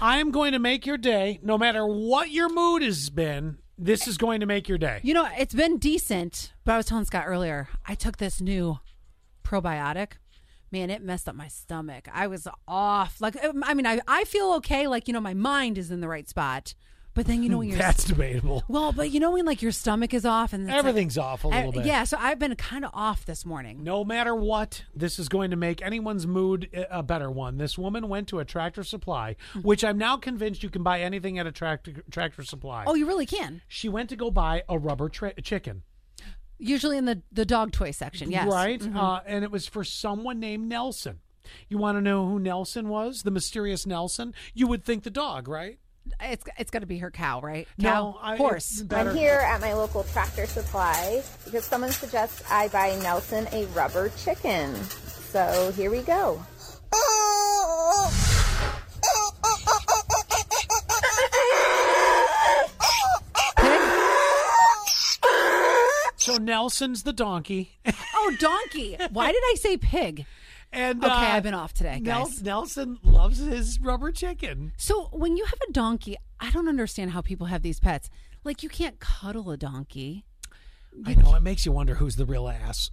I'm going to make your day, no matter what your mood has been. This is going to make your day. You know, it's been decent, but I was telling Scott earlier, I took this new probiotic. Man, it messed up my stomach. I was off. Like, I mean, I, I feel okay. Like, you know, my mind is in the right spot. But then, you know, when you're. That's debatable. well, but you know when, like, your stomach is off and it's like- Everything's off a I- little bit. Yeah, so I've been kind of off this morning. No matter what, this is going to make anyone's mood a a better one. This woman went to a Tractor Supply, Mm-hmm. which I'm now convinced you can buy anything at a Tractor Tractor Supply. Oh, you really can. She went to go buy a rubber tra- chicken, Usually in the, the dog toy section, yes. Mm-hmm. right? Uh, and it was for someone named Nelson. You want to know who Nelson was? The mysterious Nelson. You would think the dog, right? It's, it's got to be her cow, right? No, Cow? I- Horse. it's better. I'm here at my local tractor supply because someone suggests I buy Nelson a rubber chicken. So here we go. So Nelson's the donkey, Oh, donkey. Why did I say pig? and Okay, uh, I've been off today, Nel- guys. Nelson loves his rubber chicken. So when you have a donkey, I don't understand how people have these pets. Like you can't cuddle a donkey. I know it makes you wonder who's the real ass.